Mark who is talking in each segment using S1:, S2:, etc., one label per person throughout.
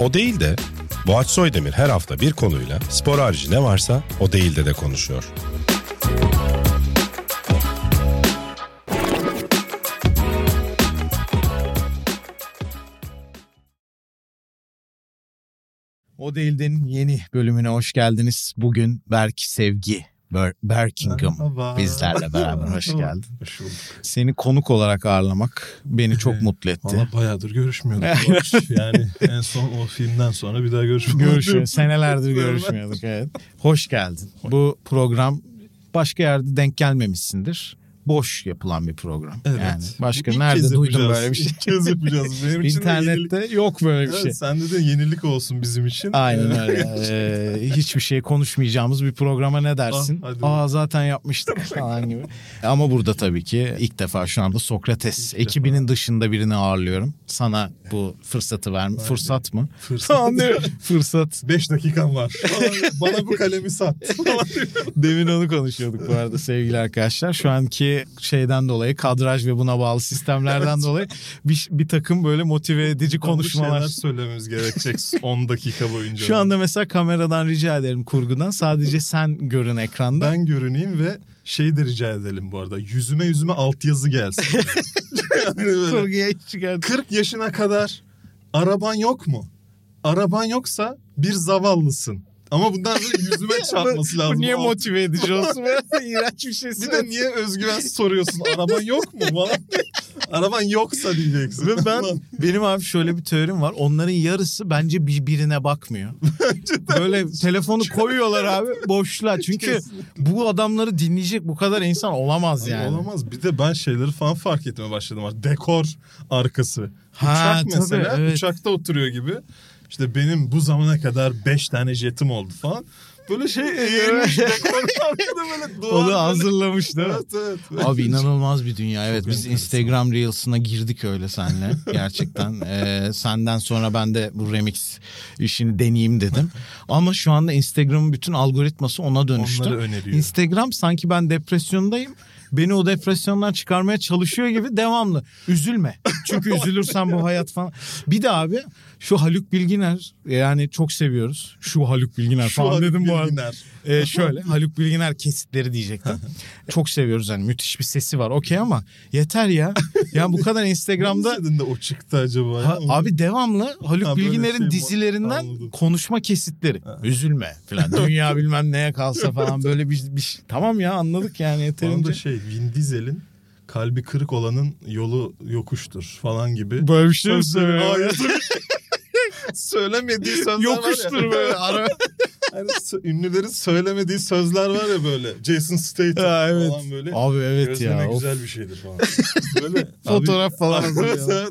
S1: O değil de Boğaç Soydemir her hafta bir konuyla spor harici ne varsa o değil de de konuşuyor.
S2: O Değil'den yeni bölümüne hoş geldiniz. Bugün Berk Sevgi, Ber Berkingham
S3: Merhaba.
S2: bizlerle beraber hoş geldin.
S3: Hoş bulduk.
S2: Seni konuk olarak ağırlamak beni çok mutlu etti.
S3: Valla bayağıdır görüşmüyorduk. yani en son o filmden sonra bir daha görüşmüyorduk.
S2: Görüşüyoruz. Senelerdir görüşmüyorduk evet. Hoş geldin. Bu program başka yerde denk gelmemişsindir. Boş yapılan bir program.
S3: Evet.
S2: Yani başka
S3: İlk
S2: nerede
S3: kez
S2: duydun
S3: yapacağız.
S2: böyle bir şey?
S3: İlk kez yapacağız. Benim için de yenilik.
S2: İnternette yok böyle bir şey.
S3: Evet, sen dedin yenilik olsun bizim için.
S2: Aynen
S3: Ee,
S2: öyle. Ee, hiçbir şey konuşmayacağımız bir programa ne dersin?
S3: Ah, hadi
S2: Aa zaten yapmıştık falan gibi. Ama burada tabii ki ilk defa şu anda Sokrates ekibinin dışında birini ağırlıyorum. Sana bu fırsatı verme. Fırsat mı?
S3: Fırsat.
S2: Fırsat.
S3: 5 dakikan var. Bana- Bana bu kalemi sat.
S2: Demin onu konuşuyorduk bu arada sevgili arkadaşlar. Şu anki şeyden dolayı kadraj ve buna bağlı sistemlerden dolayı bir, bir takım böyle motive edici
S3: Bu
S2: konuşmalar
S3: şeyler söylememiz gerekecek 10 dakika boyunca.
S2: Şu anda mesela kameradan rica ederim kurgudan. Sadece sen görün ekranda.
S3: ben görüneyim ve şey de rica edelim bu arada. Yüzüme yüzüme altyazı gelsin. yani böyle.
S2: Kurguya hiç çıkart-
S3: 40 yaşına kadar araban yok mu? Araban yoksa bir zavallısın. Ama bundan böyle yüzüme çarpması lazım.
S2: Bu niye
S3: Alt-
S2: motive edici olsun? İğrenç bir şey
S3: Bir de niye özgüven soruyorsun? Araban yok mu? Falan. araban yoksa diyeceksin.
S2: Ve ben benim abi şöyle bir teorim var. Onların yarısı bence birbirine bakmıyor. Böyle telefonu koyuyorlar abi boşluğa. Çünkü bu adamları dinleyecek bu kadar insan olamaz yani.
S3: Olamaz. Bir de ben şeyleri falan fark etmeye başladım. artık. Dekor arkası.
S2: Ha,
S3: Uçak
S2: tabii,
S3: mesela.
S2: evet.
S3: Uçakta oturuyor gibi. İşte benim bu zamana kadar 5 tane jetim oldu falan. Böyle şey eğilmiş dekor arkada böyle duvar.
S2: Onu
S3: böyle-
S2: hazırlamış değil mi?
S3: Evet evet.
S2: Abi inanılmaz bir dünya. Evet biz
S3: enteresan.
S2: Instagram Reels'ına girdik öyle senle gerçekten. Ee, senden sonra ben de bu remix işini deneyeyim dedim. Ama şu anda Instagram'ın bütün algoritması ona dönüştü.
S3: Onları öneriyor.
S2: Instagram sanki ben depresyondayım. Beni o depresyondan çıkarmaya çalışıyor gibi devamlı. Üzülme. Çünkü üzülürsen bu hayat falan. Bir de abi şu Haluk Bilginer yani çok seviyoruz. Şu Haluk Bilginer
S3: Şu
S2: falan
S3: an
S2: dedim bu arada.
S3: bilgiler.
S2: Ee, şöyle Haluk Bilginer kesitleri diyecektim. Çok seviyoruz hani müthiş bir sesi var okey ama yeter ya. Yani bu kadar Instagram'da
S3: Hangi de o çıktı acaba? ya?
S2: Ha, abi devamlı Haluk
S3: Ha, böyle
S2: Bilginer'in
S3: şey bu.
S2: dizilerinden
S3: Anladım.
S2: konuşma kesitleri.
S3: Ha.
S2: Üzülme falan dünya bilmem neye kalsa falan böyle bir, bir şey. Tamam ya anladık yani
S3: Onun da
S2: yeterince.
S3: şey Vin Diesel'in kalbi kırık olanın yolu yokuştur falan gibi.
S2: Böyle bir şey mi
S3: Aa,
S2: söylüyor?
S3: ya tabii. Söylemediği sözler var ya.
S2: Yokuştur böyle. Ara-
S3: Hani sö- ünlülerin söylemediği sözler var ya böyle. Jason Statham
S2: Ha, evet.
S3: falan böyle.
S2: Abi evet
S3: Gözleme
S2: ya. of.
S3: güzel bir şeydir falan. Böyle
S2: Fotoğraf falan
S3: Abi,
S2: hazırlıyor.
S3: evet,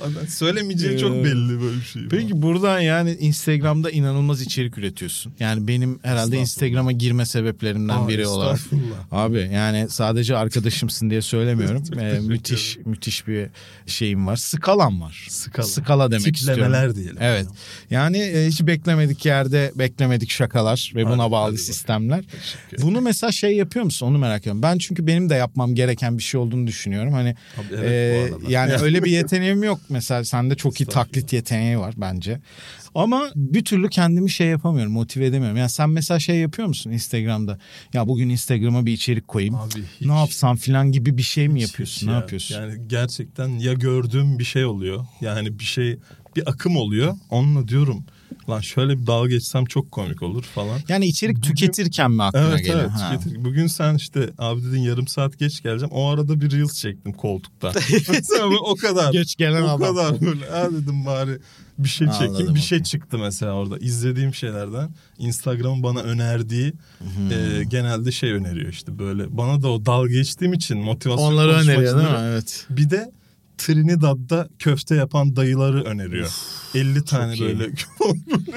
S3: abi, abi, söylemeyeceği çok
S2: Ee,
S3: belli böyle bir şey.
S2: Peki buradan yani Instagram'da inanılmaz içerik üretiyorsun. Yani benim herhalde
S3: Estağfurullah.
S2: Instagram'a girme sebeplerimden
S3: Aa,
S2: biri olarak.
S3: estağfurullah.
S2: Abi yani sadece arkadaşımsın diye söylemiyorum.
S3: Çok
S2: Ee,
S3: teşekkür
S2: müthiş müthiş bir şeyim var. Skalam var.
S3: Skala.
S2: Skala demek istiyorum.
S3: Tiplemeler diyelim.
S2: Evet. Yani e, hiç beklemedik yerde beklemedik şakalar ve buna
S3: Hadi,
S2: bağlı
S3: hadi bakalım.
S2: sistemler.
S3: Teşekkür ederim.
S2: Bunu mesela şey yapıyor musun? Onu merak ediyorum. Ben çünkü benim de yapmam gereken bir şey olduğunu düşünüyorum. Hani
S3: Abi, evet,
S2: ee,
S3: bu arada.
S2: yani öyle bir yeteneğim yok mesela sende çok iyi taklit yeteneği var bence. Ama bir türlü kendimi şey yapamıyorum, motive edemiyorum. Yani sen mesela şey yapıyor musun Instagram'da? Ya bugün Instagram'a bir içerik koyayım.
S3: Abi hiç-
S2: ne yapsam filan gibi bir şey mi
S3: Hiç,
S2: yapıyorsun?
S3: hiç
S2: ne
S3: ya.
S2: yapıyorsun?
S3: Yani gerçekten ya gördüğüm bir şey oluyor. Yani bir şey bir akım oluyor. Onunla diyorum lan şöyle bir dalga geçsem çok komik olur falan.
S2: Yani içerik
S3: Bugün-
S2: tüketirken mi aklına
S3: Evet
S2: geliyor?
S3: evet.
S2: Ha.
S3: Getir- Bugün sen işte abi dedin yarım saat geç geleceğim. O arada bir reels çektim koltukta. Mesela böyle o kadar.
S2: Geç gelen
S3: o
S2: adam.
S3: kadar böyle. Ha dedim bari bir şey çekeyim.
S2: Anladım,
S3: bir şey
S2: okey.
S3: çıktı mesela orada. İzlediğim şeylerden Instagram'ın bana önerdiği
S2: Hmm.
S3: e, genelde şey öneriyor işte böyle. Bana da o dalga geçtiğim için motivasyon
S2: Onları öneriyor değil
S3: konuşmacıları-
S2: mi? Evet.
S3: bir de Trinidad'da köfte yapan dayıları öneriyor. 50 tane
S2: iyi.
S3: böyle.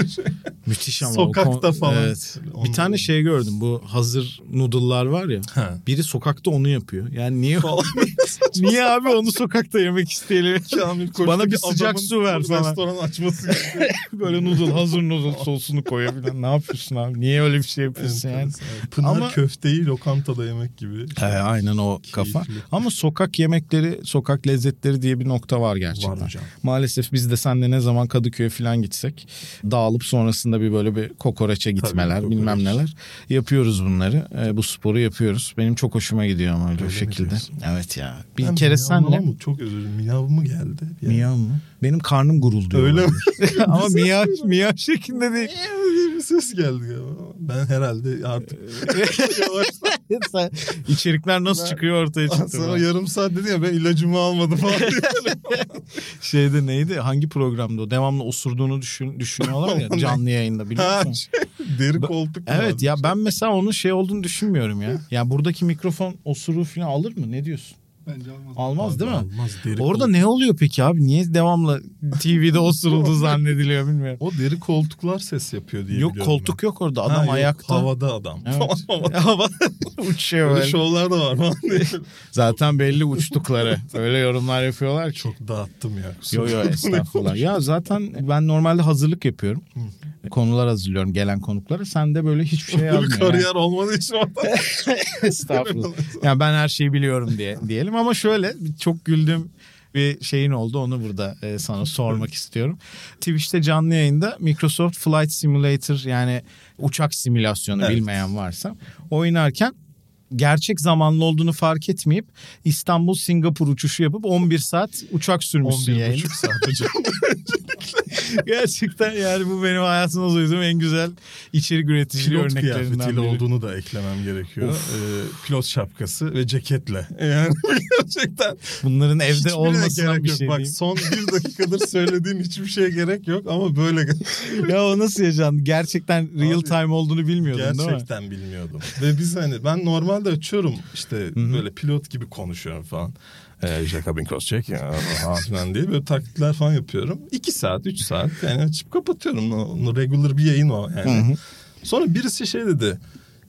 S2: Müthiş ama. o
S3: Sokakta falan.
S2: Evet. Bir
S3: Onları-
S2: tane şey gördüm. Bu hazır noodle'lar var ya.
S3: Ha.
S2: Biri sokakta onu yapıyor. Yani niye
S3: Falan.
S2: niye abi onu sokakta yemek isteyelim?
S3: Kamil Koç'taki
S2: Bana bir sıcak
S3: adamın
S2: su ver falan.
S3: Restoran açması gibi.
S2: Böyle noodle hazır noodle sosunu koyabilen ne yapıyorsun abi? Niye öyle bir şey yapıyorsun yani?
S3: Enteresan. Pınar
S2: Ama-
S3: köfteyi lokantada yemek gibi.
S2: aynen o kafa.
S3: Keyifli.
S2: Ama sokak yemekleri, sokak lezzetleri konseri diye bir nokta var gerçekten.
S3: Var hocam.
S2: Maalesef biz de senle ne zaman Kadıköy'e falan gitsek dağılıp sonrasında bir böyle bir kokoreçe gitmeler
S3: kokoreç.
S2: bilmem neler yapıyoruz bunları. Ee, bu sporu yapıyoruz. Benim çok hoşuma gidiyor ama öyle,
S3: Öyle mi
S2: şekilde.
S3: diyorsun?
S2: Evet ya. Bir
S3: Ben
S2: kere
S3: miyavlama
S2: senle
S3: mı? Çok özür dilerim. Miyav mı geldi? Yani
S2: Miyav mı? Benim karnım gurulduyor.
S3: Öyle mi? şey.
S2: Ama miyav, miyav şeklinde değil.
S3: Miyav diye bir ses geldi galiba. Ben herhalde artık
S2: Ee,
S3: yavaştan.
S2: Sen- İçerikler nasıl
S3: Ben-
S2: çıkıyor ortaya çıktı.
S3: Sana
S2: bak.
S3: yarım saat dedin ya ben ilacımı almadım falan diye.
S2: Şeyde neydi? Hangi programda o? Devamlı osurduğunu düşün, düşünüyorlar ya canlı yayında biliyor
S3: Ha,
S2: musun?
S3: şey, deri
S2: Ba-
S3: koltuk. mu
S2: Evet
S3: vardı?
S2: ya ben mesela onun şey olduğunu düşünmüyorum ya. Ya buradaki mikrofon osuruğu falan alır mı? Ne diyorsun?
S4: Bence almaz.
S2: Almaz
S3: Abi
S2: değil mi?
S3: Almaz deri
S2: Orada
S3: koltuk.
S2: ne oluyor peki abi? Niye devamlı TV'de osuruldu zannediliyor bilmiyorum.
S3: O deri koltuklar ses yapıyor diye
S2: Yok
S3: biliyorum
S2: koltuk yok orada.
S3: ben.
S2: Adam
S3: Ha, yok,
S2: ayakta
S3: Havada adam.
S2: Evet.
S3: Havada.
S2: Hava- uçuyor
S3: Böyle
S2: böyle.
S3: şovlar da var falan diye.
S2: Zaten belli uçtukları. Öyle yorumlar yapıyorlar ki.
S3: Çok dağıttım ya. kusura
S2: Yo yo
S3: bakma.
S2: estağfurullah. ya zaten ben normalde hazırlık yapıyorum. Konular hazırlıyorum gelen konuklara. Sen de böyle hiçbir şey
S3: Böyle bir
S2: yazmıyor.
S3: kariyer olmadığı için orada.
S2: Estağfurullah. Yani ben her şeyi biliyorum diye diyelim ama şöyle bir çok güldüğüm bir şeyin oldu onu burada e, sana sormak istiyorum. Twitch'te canlı yayında Microsoft Flight Simulator yani uçak simülasyonu
S3: Evet.
S2: bilmeyen varsa oynarken gerçek zamanlı olduğunu fark etmeyip İstanbul Singapur uçuşu yapıp 11 saat uçak sürmüşsün yayında.
S3: 11,5 saat hocam.
S2: Gerçekten yani bu benim hayatımda duyduğum en güzel içerik üreticiliği
S3: Pilot
S2: örneklerinden
S3: kıyafetiyle
S2: biri.
S3: olduğunu da eklemem gerekiyor. Ee, pilot şapkası ve ceketle. Yani gerçekten
S2: Bunların evde
S3: hiçbirine
S2: olmasından
S3: gerek
S2: bir
S3: yok.
S2: şey
S3: Bak
S2: diyeyim.
S3: son bir dakikadır söylediğim hiçbir şeye gerek yok ama böyle
S2: ya o nasıl yaşandı? Gerçekten real
S3: Abi,
S2: time olduğunu bilmiyordun değil mi?
S3: Gerçekten bilmiyordum. Ve biz hani ben normalde açıyorum işte böyle pilot gibi konuşuyorum falan. Ee, Jacobin Crosscheck ya falan filan diye böyle taklitler falan yapıyorum. İki saat, üç saat yani açıp kapatıyorum. O- o Regular bir yayın o yani. Sonra birisi şey dedi.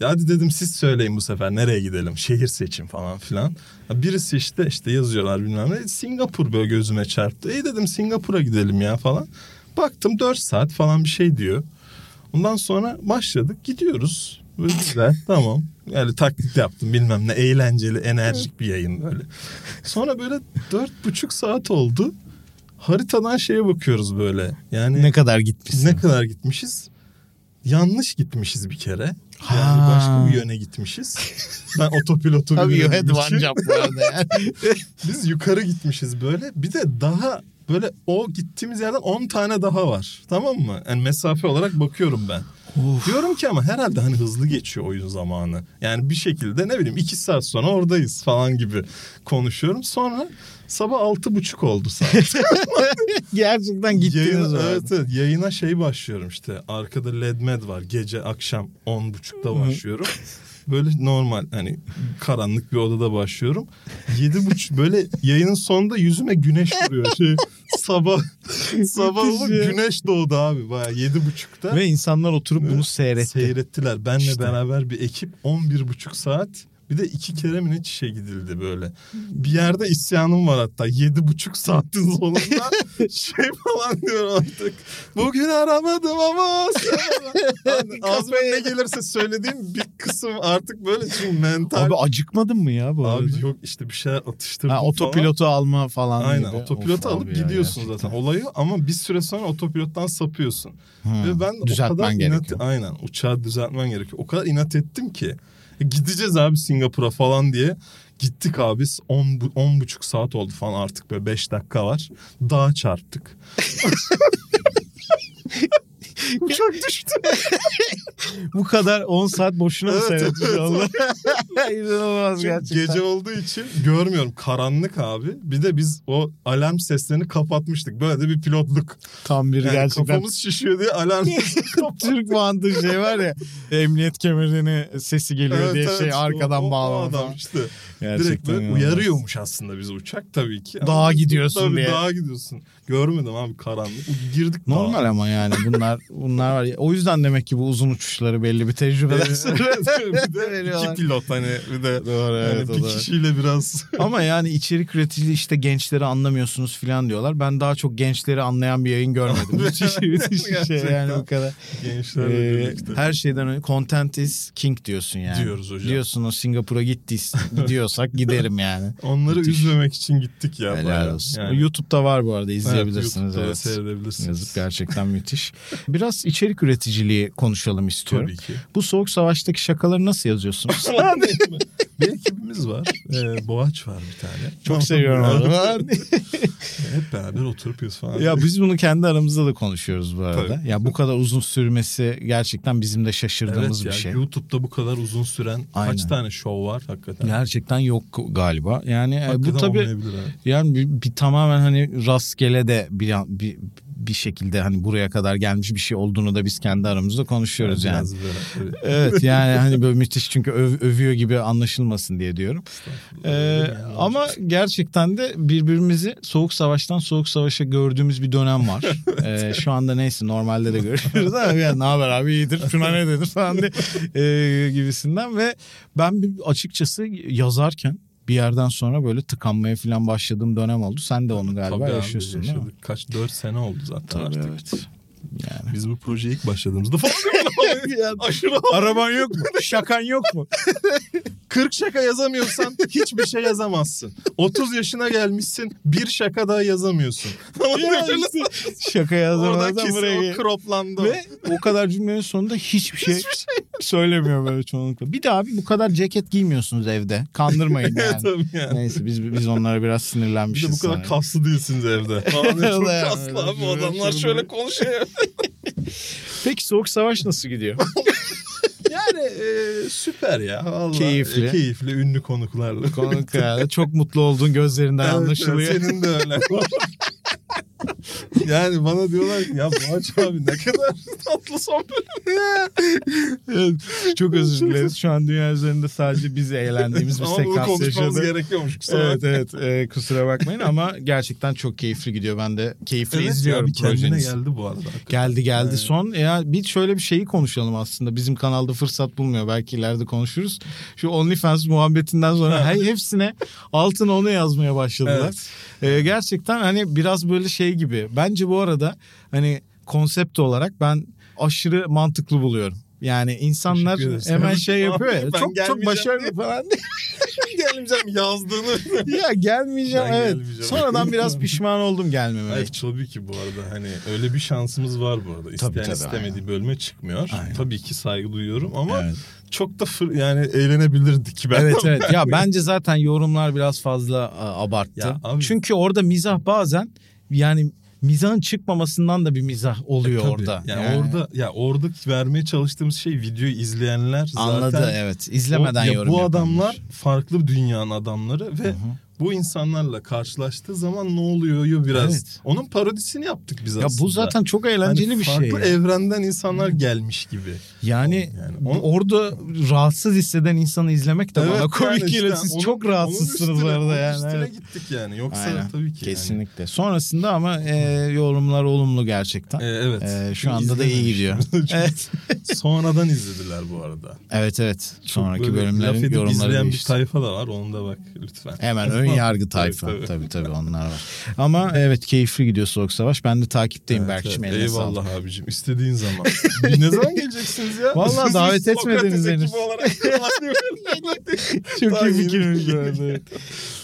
S3: Ya hadi dedim siz söyleyin bu sefer nereye gidelim şehir seçin falan filan. Ya Birisi işte işte yazıyorlar bilmem ne. Singapur böyle gözüme çarptı. İyi dedim Singapur'a gidelim ya falan. Baktım 4 saat falan bir şey diyor. Ondan sonra başladık gidiyoruz. Böyle güzel tamam. Yani taklit yaptım bilmem ne eğlenceli enerjik bir yayın böyle. Sonra böyle dört buçuk saat oldu. Haritadan şeye bakıyoruz böyle. Yani
S2: Ne
S3: ne,
S2: kadar gitmişsin?
S3: kadar gitmişiz? Yanlış gitmişiz bir kere. Yani
S2: Ha.
S3: başka bir yöne gitmişiz. Ben otopilotu
S2: Tabii you had
S3: bilmediğim
S2: one
S3: için.
S2: job bu arada yani.
S3: Biz yukarı gitmişiz böyle. Bir de daha böyle o gittiğimiz yerden 10 tane daha var. Tamam mı? Yani mesafe olarak bakıyorum ben. Diyorum ki ama herhalde hani hızlı geçiyor oyun zamanı. Yani bir şekilde ne bileyim 2 saat sonra oradayız falan gibi konuşuyorum. Sonra sabah altı buçuk oldu saat.
S2: Gerçekten gittiniz
S3: Yayına,
S2: orada.
S3: evet, evet. yayına şey başlıyorum işte. Arkada led med var. Gece akşam on buçukta başlıyorum. Böyle normal hani karanlık bir odada başlıyorum. Yedi buçuk böyle yayının sonunda yüzüme güneş vuruyor. Şey, sabah sabah olup
S2: ya.
S3: güneş doğdu abi baya yedi buçukta.
S2: Ve insanlar oturup
S3: Ee,
S2: bunu seyretti.
S3: Seyrettiler. Benle
S2: İşte.
S3: beraber bir ekip 11 buçuk saat. Bir de iki kere mi ne çişe gidildi böyle. Bir yerde isyanım var hatta. Yedi buçuk saatin sonunda şey falan diyor artık. Bugün aramadım ama. sen ara." Hani Ağzıma ne gelirse söylediğim bir kısım artık böyle çünkü mental.
S2: Abi
S3: Abi,
S2: acıkmadın mı ya bu arada?
S3: yok işte bir şeyler atıştırdım
S2: Ha,
S3: falan.
S2: otopilotu alma falan
S3: Aynen
S2: gibi.
S3: otopilotu
S2: Of
S3: alıp
S2: abi ya,
S3: gidiyorsun zaten olayı ama bir süre sonra otopilottan sapıyorsun.
S2: gerçekten.
S3: Ve
S2: Hı.
S3: ben
S2: Düzeltmen
S3: o kadar
S2: gerekiyor.
S3: inat, aynen uçağı düzeltmen gerekiyor. O kadar inat ettim ki "E, gideceğiz abi Singapur'a falan diye. Gittik abi 10 on buçuk saat oldu falan artık böyle 5 dakika var. Dağa çarptık. Uçak düştü.
S2: Bu kadar 10 saat boşuna mı
S3: Evet,
S2: seyretmiş
S3: evet.
S2: Allah? İnanılmaz gerçekten.
S3: Gece olduğu için görmüyorum karanlık abi. Bir de biz o alarm seslerini kapatmıştık. Böyle de bir pilotluk.
S2: Tam bir
S3: Yani
S2: gerçekten
S3: kafamız şişiyor diye alarm sesini
S2: Türk mantığı şey var ya emniyet kemerine sesi geliyor
S3: Evet,
S2: diye
S3: evet,
S2: şey
S3: işte o-
S2: arkadan
S3: o
S2: bağlama
S3: adam
S2: falan.
S3: işte.
S2: Gerçekten
S3: Direkt böyle
S2: inanılmaz.
S3: uyarıyormuş aslında biz uçak tabii ki.
S2: Dağa
S3: Ama biz-
S2: gidiyorsun
S3: tabii
S2: diye.
S3: Dağa gidiyorsun. Görmedim abi karanlık. Girdik dağa.
S2: Normal ama yani bunlar bunlar var. ya. O yüzden demek ki bu uzun uçuşları belli bir tecrübeden sonra
S3: bir de iki
S2: veriyorlar.
S3: pilot hani bir de
S2: Doğru,
S3: yani
S2: evet, o
S3: bir
S2: da var.
S3: kişiyle biraz
S2: Ama yani içerik üreticiliği işte gençleri anlamıyorsunuz filan diyorlar. Ben daha çok gençleri anlayan bir yayın görmedim. müthiş müthiş bir şey
S3: Gerçekten.
S2: yani bu kadar.
S3: gençlerle
S2: Ee,
S3: birlikte.
S2: her şeyden önce content is king diyorsun yani.
S3: Diyoruz hocam.
S2: Diyorsun o Singapur'a gittiyiz. Gidiyorsak giderim yani.
S3: Onları
S2: Müthiş.
S3: üzmemek için gittik ya.
S2: Helal
S3: bayağı.
S2: olsun.
S3: Yani-
S2: YouTube'da var bu arada
S3: Evet,
S2: izleyebilirsiniz.
S3: YouTube'da da
S2: Evet,
S3: Seyredebilirsiniz.
S2: Yazık gerçekten müthiş. Biraz içerik üreticiliği konuşalım istiyorum.
S3: Tabii ki.
S2: Bu soğuk savaştaki şakaları nasıl yazıyorsunuz?
S3: bir ekibimiz var. Ee, Boğaç var bir tane.
S2: Çok seviyorum onu.
S3: Hep beraber oturup falan.
S2: ya biz bunu kendi aramızda da konuşuyoruz bu arada.
S3: Tabii.
S2: Ya bu kadar uzun sürmesi gerçekten bizim de şaşırdığımız
S3: evet
S2: bir
S3: ya,
S2: şey.
S3: YouTube'da bu kadar uzun süren kaç
S2: Aynen.
S3: tane show var hakikaten.
S2: Gerçekten yok galiba. Yani e,
S3: Hakikaten
S2: bu tabii
S3: olmayabilir ha.
S2: Yani bir, bir tamamen hani rastgele de bir, an- bir bir şekilde hani buraya kadar gelmiş bir şey olduğunu da biz kendi aramızda konuşuyoruz yani.
S3: Biraz böyle, evet.
S2: Evet yani hani böyle müthiş çünkü öv- övüyor gibi anlaşılmasın diye diyorum. Ee,
S3: Yani
S2: ama gerçekten de birbirimizi soğuk savaştan soğuk savaşa gördüğümüz bir dönem var. Ee, şu anda neyse normalde de görüyoruz ama yani ne haber abi iyidir şuna ne denir falan diye ee, gibisinden ve ben bir, açıkçası yazarken bir yerden sonra böyle tıkanmaya falan başladığım dönem oldu. Sen de onu galiba
S3: tabii abi,
S2: yaşıyorsun değil mi?
S3: yaşadık. Kaç 4 sene oldu zaten artık.
S2: evet. Yani.
S3: Biz bu projeye ilk başladığımızda falan aşırı
S2: Araban yok mu? Şakan yok mu?
S3: 40 şaka yazamıyorsan hiçbir şey yazamazsın. 30 yaşına gelmişsin bir şaka daha yazamıyorsun. Tamam
S2: Ya
S3: mı?
S2: işte şaka yazamazsan
S3: Oradaki
S2: buraya
S3: o
S2: gel.
S3: kroplandı. o.
S2: Ve o kadar cümlenin sonunda hiçbir şey, söylemiyor böyle çoğunlukla. Bir de abi bu kadar ceket giymiyorsunuz evde. Kandırmayın
S3: Evet,
S2: yani.
S3: tabii yani.
S2: Neyse biz biz onlara biraz
S3: Bir şey de
S2: sinirlenmişiz.
S3: bu kadar
S2: sanırım.
S3: kaslı değilsiniz evde. Aa, çok
S2: Öyle yani,
S3: kaslı abi
S2: öyle
S3: adamlar
S2: şey
S3: şöyle
S2: böyle.
S3: konuşuyor.
S2: Peki soğuk savaş nasıl gidiyor?
S3: Yani e, süper ya. Vallahi.
S2: Keyifli.
S3: E, keyifli ünlü konuklarla.
S2: Konuk yani çok mutlu olduğun gözlerinden
S3: Evet,
S2: anlaşılıyor.
S3: evet, Senin de öyle. yani bana diyorlar ki ya Boğaç abi ne kadar tatlı son
S2: Evet, çok özür dileriz. Şu an dünya üzerinde sadece biz eğlendiğimiz bir
S3: Ama bunu
S2: sekans
S3: konuşmamız
S2: yaşadık.
S3: gerekiyormuş kusura bakma.
S2: Evet evet e, kusura bakmayın ama gerçekten çok keyifli gidiyor. Ben de keyifli
S3: Evet,
S2: izliyorum
S3: ya bir kendine
S2: projenizi.
S3: geldi bu arada. hakikaten.
S2: Geldi geldi
S3: Evet.
S2: son. Ya bir şöyle bir şeyi konuşalım aslında. Bizim kanalda fırsat bulmuyor. Belki ileride konuşuruz. Şu OnlyFans muhabbetinden sonra her hepsine altına onu yazmaya başladılar.
S3: Evet.
S2: Ee, gerçekten hani biraz böyle şey gibi. Bence bu arada hani konsept olarak ben aşırı mantıklı buluyorum. Yani insanlar
S3: Teşekkür ederiz.
S2: hemen şey yapıyor ya.
S3: Ben
S2: Çok çok
S3: gelmeyeceğim
S2: başarılı
S3: diye.
S2: falan
S3: Gelmeyeceğim yazdığını.
S2: ya gelmeyeceğim
S3: Ben
S2: evet.
S3: gelmeyeceğim.
S2: Sonradan biraz pişman oldum gelmemeye.
S3: Hayır tabii ki bu arada hani öyle bir şansımız var bu arada. İsteyen
S2: tabii,
S3: istemediği bölüme çıkmıyor.
S2: Aynen.
S3: Tabii ki saygı duyuyorum ama
S2: Evet.
S3: çok da fır, yani eğlenebilirdik ben.
S2: Evet evet. Ya bence zaten yorumlar biraz fazla a, abarttı.
S3: Ya abi-
S2: Çünkü orada mizah bazen yani mizahın çıkmamasından da bir mizah oluyor
S3: E, Tabii.
S2: orada.
S3: Yani, orada ya orada vermeye çalıştığımız şey videoyu izleyenler
S2: anladı
S3: zaten
S2: evet. İzlemeden
S3: O- ya
S2: yorum
S3: Bu
S2: yapılmış.
S3: adamlar farklı bir dünyanın adamları ve bu insanlarla karşılaştığı zaman ne oluyor yo biraz.
S2: Evet.
S3: Onun parodisini yaptık biz
S2: ya
S3: aslında.
S2: bu zaten çok eğlenceli
S3: Hani
S2: bir şey.
S3: farklı evrenden insanlar gelmiş gibi.
S2: Yani,
S3: Yani
S2: bu-
S3: onu-
S2: orada rahatsız hisseden insanı izlemek de
S3: Evet,
S2: bana komik
S3: yani
S2: geliyor.
S3: işte
S2: Siz
S3: onun-
S2: çok
S3: onun
S2: rahatsızsınız
S3: üstüne-
S2: orada
S3: onun
S2: yani.
S3: Üstüne
S2: evet.
S3: gittik yani. Yoksa
S2: Aynen.
S3: tabii ki. yani.
S2: Kesinlikle. Sonrasında ama e, yorumlar olumlu gerçekten.
S3: Ee, evet.
S2: E, şu
S3: Şimdi
S2: anda da iyi gidiyor.
S3: izlememiş.
S2: evet.
S3: Sonradan izlediler bu arada.
S2: evet evet. Sonraki
S3: Böyle laf
S2: bölümlerin
S3: edip
S2: yorumları
S3: izleyen bir
S2: değişti.
S3: tayfa da var. Onu da bak lütfen.
S2: Hemen ön yargı tayfa.
S3: Tabii,
S2: tabii,
S3: tabii.
S2: tabii onlar var. Ama evet keyifli gidiyor Soğuk Savaş. Ben de takipteyim
S3: Evet,
S2: Berkçim
S3: evet.
S2: eline sağlık.
S3: Eyvallah abicim. İstediğin zaman. Bir ne zaman geleceksiniz ya?
S2: Vallahi
S3: Siz
S2: davet
S3: Sokrates
S2: etmediniz
S3: ekibi
S2: henüz.
S3: olarak
S2: Çok
S3: Daha
S2: iyi
S3: yeni
S2: fikirmiş
S3: fikir.
S2: bu arada, evet.